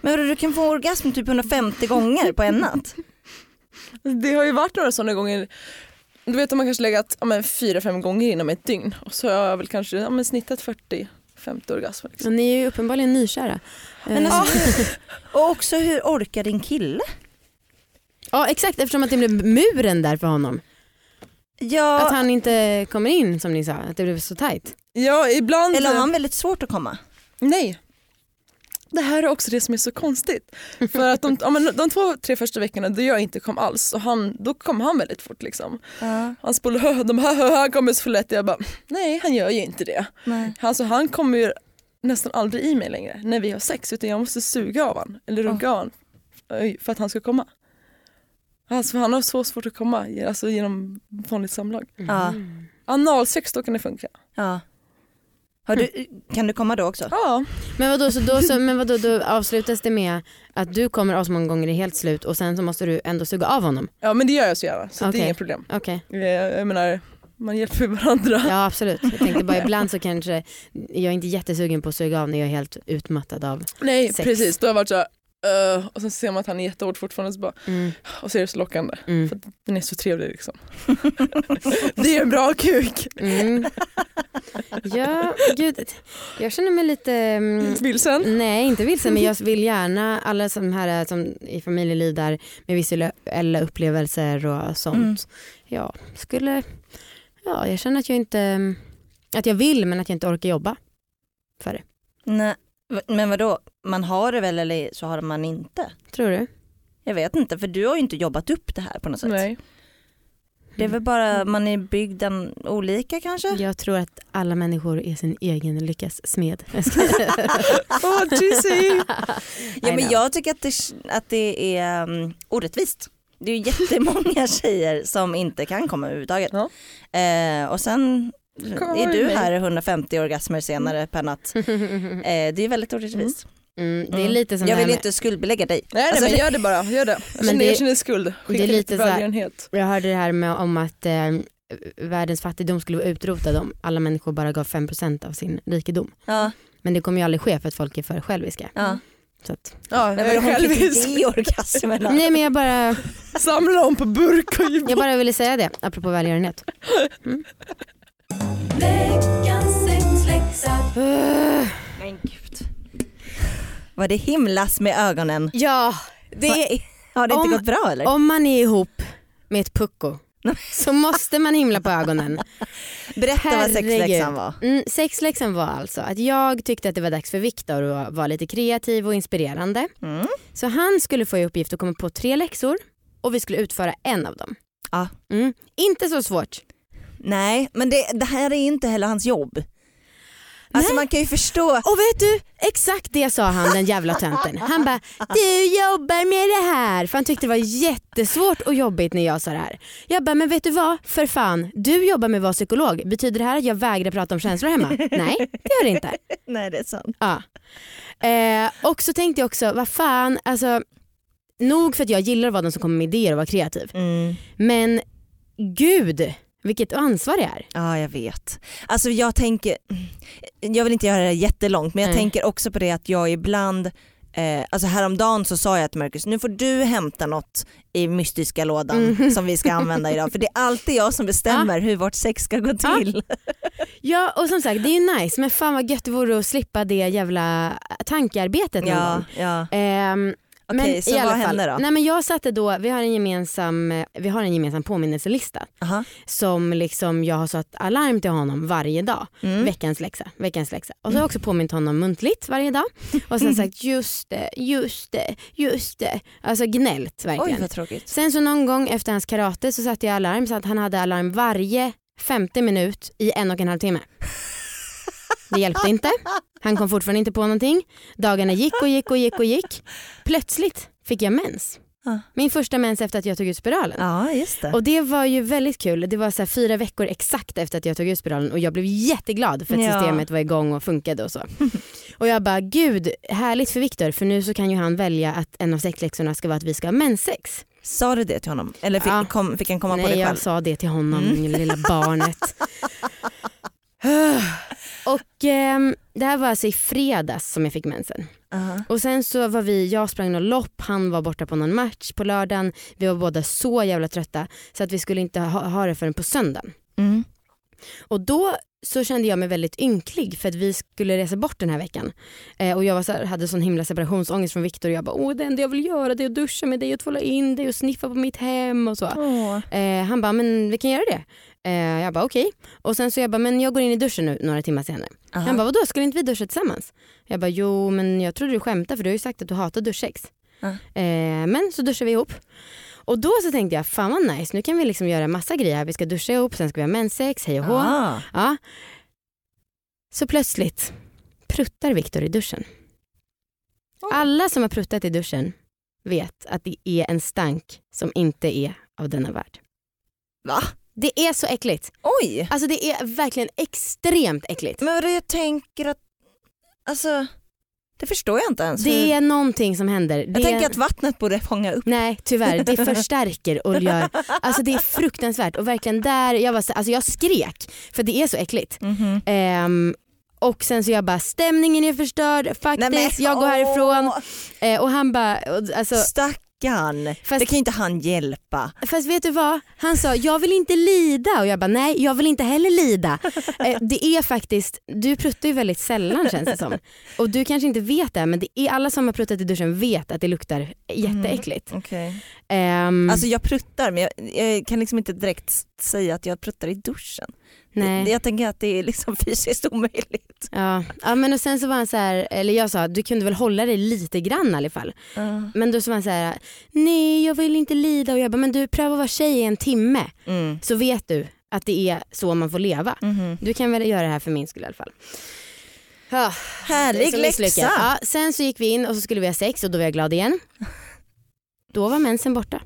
S3: Men vadå, du kan få orgasm typ 150 gånger på en natt.
S1: Det har ju varit några sådana gånger. Du vet om man kanske legat ja, men fyra, fem gånger inom ett dygn och så har jag väl kanske ja, men snittat 40, 50 orgasmer. Liksom.
S2: Och ni är ju uppenbarligen nykära.
S3: Men
S2: Eh,
S3: alltså, hur- och också hur orkar din kille?
S2: Ja exakt eftersom att det blev muren där för honom.
S3: Ja,
S2: Att han inte kommer in som ni sa, att det blev så tajt.
S1: Ja, ibland...
S3: Eller har han väldigt svårt att komma?
S1: Nej. Det här är också det som är så konstigt. För att de, ja, men de två, tre första veckorna då jag inte kom alls och han, då kom han väldigt fort. Liksom. Han [LAUGHS] spolade de här, här kommer så lätt. Jag bara, nej han gör ju inte det.
S3: Nej.
S1: Alltså han kommer ju nästan aldrig i mig längre när vi har sex utan jag måste suga av han eller runka av han eh, för att han ska komma. Alltså, för han har så svårt att komma ge- alltså, genom vanligt samlag.
S2: Mm.
S3: Ja,
S1: Analsex då kan det funka.
S3: ja. Har du, kan du komma då också?
S1: Ja,
S2: Men vadå, så då, så, men vadå, då avslutas det med att du kommer asmånga gånger i helt slut och sen så måste du ändå suga av honom?
S1: ja men det gör jag så gärna så det
S2: Okej.
S1: är inget problem.
S2: Okej,
S1: Eh, Jag menar man hjälper varandra.
S2: ja absolut. Jag tänkte bara ibland så kanske, jag är inte jättesugen på att suga av när jag är helt utmattad av.
S1: Nej
S2: Sex.
S1: precis, då har jag varit såhär "Ugh", och sen ser man att han är jättehård fortfarande så bara,
S2: Mm,
S1: och så är det så lockande.
S2: mm,
S1: För att den är så
S2: [LAUGHS]
S1: trevlig liksom. det är en bra kuk.
S2: mm. Ja, gud. Jag känner mig lite... mm,
S1: Vilsen.
S2: Nej inte vilsen men jag vill gärna alla som här är som i familjeliv där med visuella upplevelser och sånt.
S3: Mm.
S2: Ja, skulle, ja, jag känner att jag inte, att jag vill men att jag inte orkar jobba för det.
S3: Nej. V- Men vadå, man har det väl eller så har man inte?
S2: Tror du?
S3: Jag vet inte, för du har ju inte jobbat upp det här på
S2: Mm.
S3: något sätt.
S1: Nej.
S3: Det är väl bara man är byggd an- olika kanske?
S2: Mm. Jag tror att alla människor är sin egen lyckas
S3: [LAUGHS]
S2: smed.
S1: Åh cheesy.
S3: Ja,
S2: [LAUGHS]
S3: men
S2: I know.
S3: jag tycker att det, att det är um, orättvist. Det är ju jättemånga tjejer som inte kan komma överhuvudtaget.
S1: Ja.
S3: Eh, och sen
S1: Kommer
S3: är du
S1: mig.
S3: här 150 orgasmer senare per natt.
S2: [LAUGHS] mm,
S3: Eh, det är väldigt orättvist.
S2: det är lite som
S3: Mm. jag
S2: det här
S3: vill
S2: med-
S3: inte skuldbelägga dig.
S1: Nej, nej
S3: Alltså,
S1: men gör det bara, gör det. Jag känner,
S2: det-
S1: jag känner skuld. Skicka
S2: det är
S1: lite,
S2: lite så här-
S1: välgörenhet.
S2: Jag hörde det här med om att eh, världens fattigdom skulle vara utrotad om alla människor bara gav 5% av sin rikedom.
S3: Ja,
S2: Men det kommer ju aldrig ske för att folk är för själviska.
S3: ja.
S2: Så att,
S1: Ja,
S3: Men
S1: jag är
S3: vadå, Mm. hon kan
S1: självisk.
S3: inte
S1: [LAUGHS]
S3: ge orgasmerna.
S2: Nej men jag bara,
S1: Samla dem på burk och ge
S2: jag bara ville säga det apropå välgörenhet. Mm.
S5: Veckans sexläxa.
S3: Men gud. Vad det himlas med ögonen.
S2: Ja,
S3: Det är, har det inte
S2: Om-
S3: gått bra eller?
S2: om man är ihop med ett pucko så måste man himla på ögonen.
S3: Berätta vad
S2: herregud.
S3: sexläxan var.
S2: Mm, sexläxan var alltså att jag tyckte att det var dags för Viktor att vara lite kreativ och inspirerande.
S3: Mm.
S2: Så han skulle få i uppgift att komma på tre läxor och vi skulle utföra en av dem.
S3: Ja.
S2: Mm. Inte så svårt.
S3: Nej, men det, det här är inte heller hans jobb. Alltså man kan ju förstå.
S2: Och vet du, exakt det sa han den jävla tönten. Han bara, du jobbar med det här. För han tyckte det var jättesvårt och jobbigt när jag sa det här. Jag bara, men vet du vad, för fan, du jobbar med att vara psykolog. Betyder det här att jag vägrar prata om
S3: [LAUGHS]
S2: känslor hemma? Nej, det gör det inte.
S3: Nej det är sant.
S2: Ja. Eh, och så tänkte jag också, vad fan, alltså, nog för att jag gillar att vara den som kommer med idéer och vara kreativ.
S3: Mm.
S2: Men gud, vilket ansvar det är.
S3: Ja jag vet. Alltså jag tänker, jag vill inte göra det här jättelångt men jag
S2: Nej.
S3: tänker också på det att jag ibland Eh, alltså häromdagen så sa jag till Marcus, nu får du hämta något i mystiska lådan som vi ska använda idag. För det är alltid jag som bestämmer hur vårt sex ska gå till.
S2: Ja och som sagt det är ju nice men fan vad gött det vore att slippa det jävla tankearbetet någon
S3: Ja,
S2: gång.
S3: ja.
S2: Ehm,
S3: Okej, så
S2: i
S3: vad
S2: alla
S3: hände då?
S2: Nej, men jag satte då, vi har en gemensam, eh, vi har en gemensam påminnelselista
S3: Aha.
S2: som liksom jag har satt alarm till honom varje dag.
S3: Mm.
S2: Veckans läxa, veckans läxa. Och så har jag också påmint honom muntligt varje dag och
S3: Mm.
S2: sen sagt just det, just det, just det. Alltså gnällt
S3: Oj
S2: verkligen.
S3: vad tråkigt.
S2: Sen så någon gång efter hans karate så satte jag alarm så att han hade alarm varje 50 minut i en och en halv timme. Det hjälpte inte. Han kom fortfarande inte på någonting. Dagarna gick och gick och gick och gick. Plötsligt fick jag mens.
S3: Ah.
S2: Min första mens efter att jag tog ut spiralen.
S3: Ja just det.
S2: Och det var ju väldigt kul. Det var så här fyra veckor exakt efter att jag tog ut spiralen och jag blev jätteglad för att
S3: Ja.
S2: systemet var igång och funkade och så. [LAUGHS] och jag bara, gud härligt för Viktor för nu så kan ju han välja att en av sexläxorna ska vara att vi ska ha menssex.
S3: Sa du det till honom? Eller fick,
S2: Ja.
S3: kom, fick han komma
S2: Nej,
S3: på det själv? Mm.
S2: jag sa det till honom, lilla
S3: [LAUGHS]
S2: barnet. och ehm, det här var alltså i fredags som jag fick mensen.
S3: Aha.
S2: Och sen så var vi, jag sprang någon lopp, han var borta på någon match på lördagen. Vi var båda så jävla trötta så att vi skulle inte ha, ha det förrän på söndagen.
S3: Mm.
S2: Och då så kände jag mig väldigt ynklig för att vi skulle resa bort den här veckan. Eh, och jag var så här, hade sån himla separationsångest från Viktor och jag bara, åh det enda jag vill göra det är att duscha med dig och tvåla in dig och sniffa på mitt hem och så. Eh, han bara, men vi kan göra det. Eh, jag bara okej. Och sen så jag bara, men jag går in i duschen nu några timmar senare.
S3: Aha.
S2: Han bara, vadå skulle inte vi duscha tillsammans? Jag bara, jo men jag trodde du skämtade för du har ju sagt att du hatar duschsex.
S3: Ja.
S2: Eh, men så duschar vi ihop. Och då så tänkte jag, fan vad nice, nu kan vi liksom göra massa grejer här. Vi ska duscha ihop, sen ska vi ha menssex, hej och hå.
S3: Ah.
S2: Ja. Så plötsligt, pruttar Viktor i duschen.
S3: Oj.
S2: Alla som har pruttat i duschen vet att det är en stank som inte är av denna värld.
S3: Va?
S2: Det är så äckligt.
S3: Oj!
S2: Alltså det är verkligen extremt äckligt.
S3: Men vadå jag tänker att, alltså det förstår jag inte ens. Alltså, hur-
S2: Det är någonting som händer. Det
S3: jag tänker att vattnet borde fånga upp.
S2: Nej
S3: [LAUGHS]
S2: tyvärr, det förstärker och gör, alltså det är fruktansvärt och verkligen där, jag, var, så- alltså jag skrek för det är så äckligt.
S3: Mhm.
S2: Ehm, och sen så jag bara stämningen är förstörd, faktiskt jag går härifrån.
S3: åh,
S2: Eh, och han bara, och- alltså,
S3: Stackarn,
S2: Fast-
S3: det kan ju inte han hjälpa.
S2: fast vet du vad? Han sa jag vill inte lida och jag bara nej jag vill inte
S3: [LAUGHS]
S2: heller lida. Eh, det är faktiskt, du pruttar ju väldigt sällan känns det som. Och du kanske inte vet det här, men det är, alla som har pruttat i duschen vet att det luktar jätteäckligt.
S3: Okay.
S2: Ehm,
S3: Mm. Alltså jag pruttar men jag, jag kan liksom inte direkt s- säga att jag pruttar i duschen.
S2: nej.
S3: Jag, jag tänker att det är liksom [LAUGHS] fysiskt omöjligt.
S2: Ja. ja men och sen så var han så här, eller jag sa du kunde väl hålla dig lite grann i alla fall. Men då så var han så här, nej jag vill inte lida och jag bara men du pröva att vara tjej i en timme
S3: Mm.
S2: så vet du att det är så man får leva.
S3: Mhm.
S2: Du kan väl göra det här för min skull i alla fall. Ja, det är
S3: Härlig
S2: så misslyckat.
S3: läxa.
S2: Ja, sen så gick vi in och så skulle vi ha sex och då var jag
S3: [LAUGHS]
S2: glad igen. Då var mensen borta.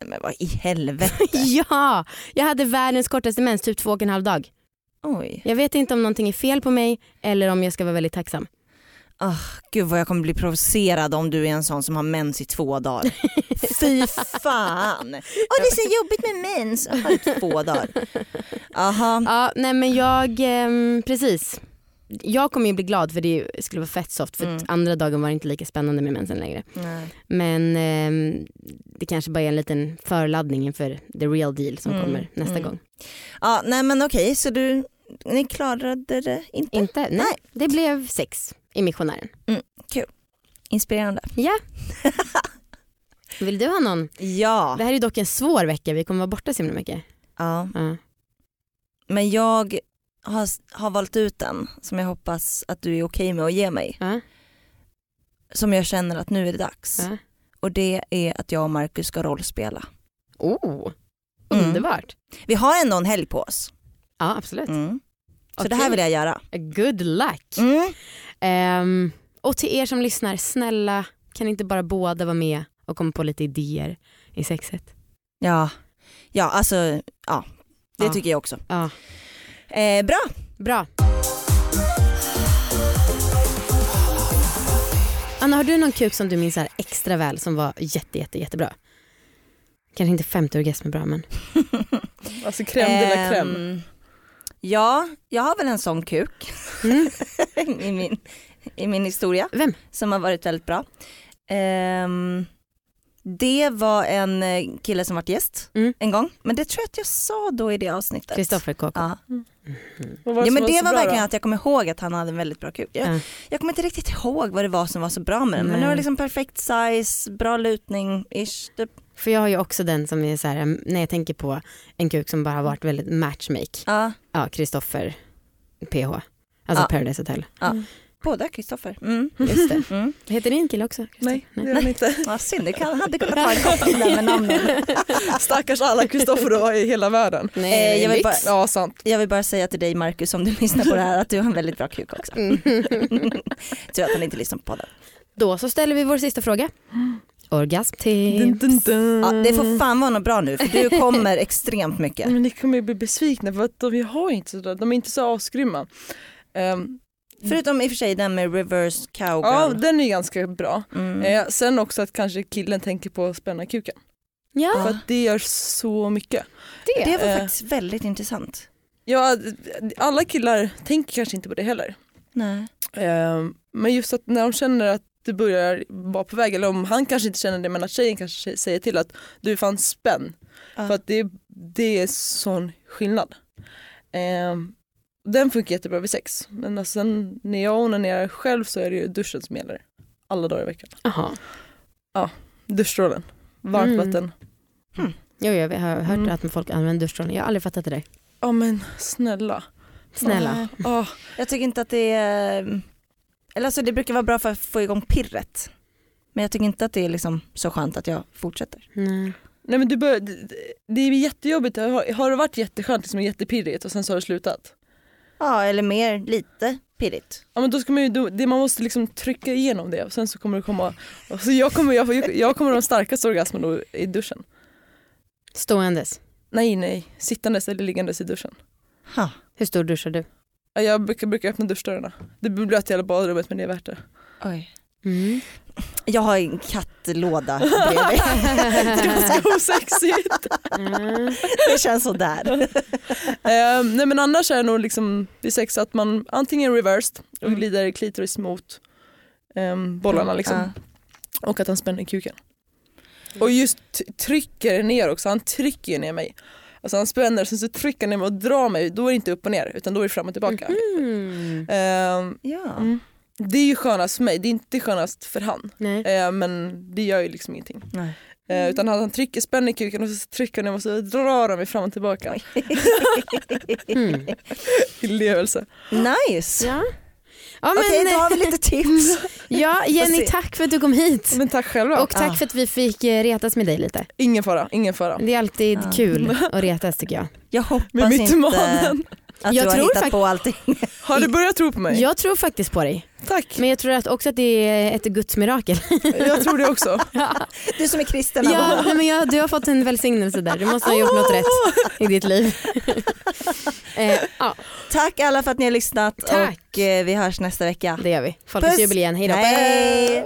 S3: Nej, Men vad i helvete.
S2: [LAUGHS] Ja, jag hade världens kortaste mens, typ två och en halv dag.
S3: Oj.
S2: Jag vet inte om någonting är fel på mig eller om jag ska vara väldigt tacksam.
S3: Gud vad jag kommer bli provocerad om du är en sån som har mens i två [LAUGHS] dagar. Fy fan. Åh det är så jobbigt med mens. Jaha, I två dagar. Aha.
S2: Ja, nej men jag, ehm, precis. Jag kommer ju bli glad för det skulle vara fett soft för
S3: Mm.
S2: att andra dagen var det inte lika spännande med mensen längre.
S3: Nej.
S2: Men ehm, det kanske bara är en liten förladdning inför the real deal som
S3: Mm,
S2: kommer nästa
S3: mm.
S2: gång.
S3: Ja, nej men okej så du, ni klarade det inte?
S2: Inte? Nej. Det blev sex i missionären.
S3: Inspirerande.
S2: Ja. Vill du ha någon?
S3: Ja.
S2: Det här är dock en svår vecka, vi kommer vara borta så himla mycket.
S3: ja.
S2: Ja.
S3: Men jag har, har valt ut en som jag hoppas att du är okej med att ge mig.
S2: Ja.
S3: Som jag känner att nu är det dags.
S2: Ja.
S3: Och det är att jag och Marcus ska rollspela.
S2: Oh,
S3: Mm.
S2: underbart.
S3: Vi har ändå en helg på oss.
S2: Ja absolut.
S3: Mm. Så det här
S2: Okej.
S3: vill jag göra.
S2: Good luck.
S3: Mm.
S2: Ehm, och till er som lyssnar, snälla kan inte bara båda vara med och komma på lite idéer i sexet?
S3: Ja. ja, alltså ja. Det
S2: Ja.
S3: tycker jag också.
S2: Ja.
S3: Eh, bra,
S2: Bra. Anna, har du någon kuk som du minns så här extra väl som var jätte, jätte, jättebra? Kanske inte femte orgasmen bra men.
S1: Alltså crème de la crème.
S3: Ehm, Ja, jag har väl en sån kuk [LAUGHS]
S2: Mm.
S3: i, min, i min historia.
S2: Vem? [LAUGHS]
S3: Som har varit väldigt bra. Ehm, det var en eh, kille som varit gäst
S2: Mm.
S3: en gång. Men det tror jag att jag sa då i det avsnittet.
S2: Kristoffer KK.
S3: Ja.
S1: Vad
S3: ja
S1: som
S3: men det
S1: så
S3: var
S1: bra då? Mm.
S3: verkligen att jag kommer ihåg att han hade en väldigt bra kuk. Jag,
S2: Ja.
S3: jag kommer inte riktigt ihåg vad det var som var så bra med den. Men
S2: Nej.
S3: det var liksom perfekt size, bra lutning, ish. Typ.
S2: För jag har ju också den som är så här, mm, när jag tänker på en kuk som bara har varit väldigt matchmake.
S3: Ja,
S2: Ja, Kristoffer PH. Alltså
S3: Ja.
S2: Paradise Hotel.
S1: Mm.
S3: båda Kristoffer. Mm.
S2: Just det.
S3: Mm. [LAUGHS]
S2: Heter din kille också? Kristoffer?
S1: Nej, det gör han inte. Mm.
S3: Ja, synd, det kan, hade kunnat vara en koppling där med namnen.
S1: Stackars alla Kristoffer då i hela världen.
S2: Nej,
S3: Eh, jag vill
S2: lyx.
S3: bara-
S1: Ja sant.
S3: Jag vill bara säga till dig Marcus om du lyssnar på det här att du har en väldigt bra kuk också.
S2: Mm.
S3: Tur att han inte lyssnar på podden.
S2: [LAUGHS] Då så ställer vi vår sista [GASPS] fråga. Orgasm till...
S1: dun, dun.
S3: Ja, det får fan vara något bra nu för du kommer extremt mycket.
S1: Men ni kommer ju bli besvikna för att de har ju inte sådär, de är inte så asgrymma. Ehm,
S3: Förutom i och för sig den med reverse
S1: ja
S3: cowgirl.
S1: den är ju ganska bra.
S3: Oh, Mm.
S1: Eh, sen också att kanske killen tänker på att spänna kuken.
S2: Ja,
S1: För att det gör så mycket.
S3: Det var
S1: eh.
S3: faktiskt väldigt intressant.
S1: Ja, alla killar tänker kanske inte på det heller.
S3: Nej.
S1: Ehm, men just att när de känner att du börjar vara på väg, eller om han kanske inte känner det men att tjejen kanske säger till att du är fan spänn.
S3: Ja.
S1: För att det, det är sån skillnad. Ehm, den funkar jättebra vid sex. Men alltså sen när jag onanerar själv så är det ju duschen som gäller. Alla dagar i veckan.
S2: Jaha.
S1: Duschstrålen, varmt
S2: Mm.
S1: vatten.
S2: Jo, jag har hört
S1: Mm.
S2: att folk använder duschstrålen. Jag har aldrig fattat det där.
S1: Ja men snälla.
S2: Snälla.
S1: Ah,
S3: Jag tycker inte att det är... Eller alltså det brukar vara bra för att få igång pirret. Men jag tycker inte att det är liksom så skönt att jag fortsätter.
S2: Nej.
S1: Nej men du bör, det, det är jättejobbigt, har, har det varit jätteskönt, liksom, jättepirrigt och sen så har det slutat?
S3: Ja eller mer, lite pirrigt.
S1: Ja men då ska man ju, då, det, man måste liksom trycka igenom det och sen så kommer det komma, alltså jag kommer, jag, jag, jag kommer ha de starkaste orgasmen då i duschen.
S2: Ståendes.
S1: Nej nej, sittandes eller liggandes i duschen.
S3: Ha.
S2: Hur stor duschar du?
S1: Ja, Jag brukar, brukar öppna duschdörrarna. Det blir blött i hela badrummet men det är värt det.
S3: Oj. [LAUGHS]
S2: Mm.
S3: Jag har en kattlåda
S2: [LAUGHS]
S3: bredvid.
S1: Ganska osexigt.
S2: Mm.
S3: Det känns sådär.
S1: Eh, nej men annars är det nog liksom vid sex att man antingen reversed och glider klitoris mot ehm, bollarna liksom.
S3: Ja.
S1: Och att han spänner kuken. Mm. Och just t- trycker ner också, han trycker ju ner mig. Alltså han spänner, sen så trycker han ner mig och drar mig, då är det inte upp och ner utan då är det fram och tillbaka.
S2: Mm.
S1: Ehm,
S3: Ja.
S1: Mhm. Mm. det är ju skönast för mig, det är inte skönast för han.
S2: Nej.
S1: Eh, men det gör ju liksom ingenting.
S3: Nej.
S1: Eh, utan han, han trycker, spänner kuken och så trycker han ner mig och så drar han mig fram och tillbaka.
S2: Mm.
S1: Tillevelse.
S3: Nice.
S2: Ja. Ja,
S3: Okej
S2: men,
S3: då har vi lite tips.
S2: [LAUGHS] ja, Jenny
S3: se. Ah.
S2: tack för att du kom hit.
S1: Men tack själva.
S2: Och tack för att vi fick eh, retas med dig lite.
S1: ingen fara, ingen fara.
S2: Det är alltid
S3: Ja.
S2: kul
S3: [LAUGHS]
S2: att retas tycker jag.
S3: Jag hoppas
S1: Med
S3: inte
S1: mytomanen.
S3: att
S2: Jag
S3: du har
S2: tror
S3: hittat
S2: fakt-
S3: på allting.
S1: Har du börjat tro på mig?
S2: Jag tror faktiskt på dig.
S1: Tack,
S2: Men jag tror att också att det är ett gudsmirakel.
S1: jag tror det också.
S3: Du som är kristen
S2: [LAUGHS] Ja,
S3: Amanda.
S2: nej, men jag, du har fått en välsignelse där. Du måste ha gjort
S3: [LAUGHS]
S2: något rätt i ditt liv. [LAUGHS] eh, ja,
S3: Tack alla för att ni har lyssnat
S2: Tack.
S3: och eh, vi hörs nästa vecka.
S2: det gör vi. Folkets
S3: Puss.
S2: jubileum, hejdå.
S3: Hej.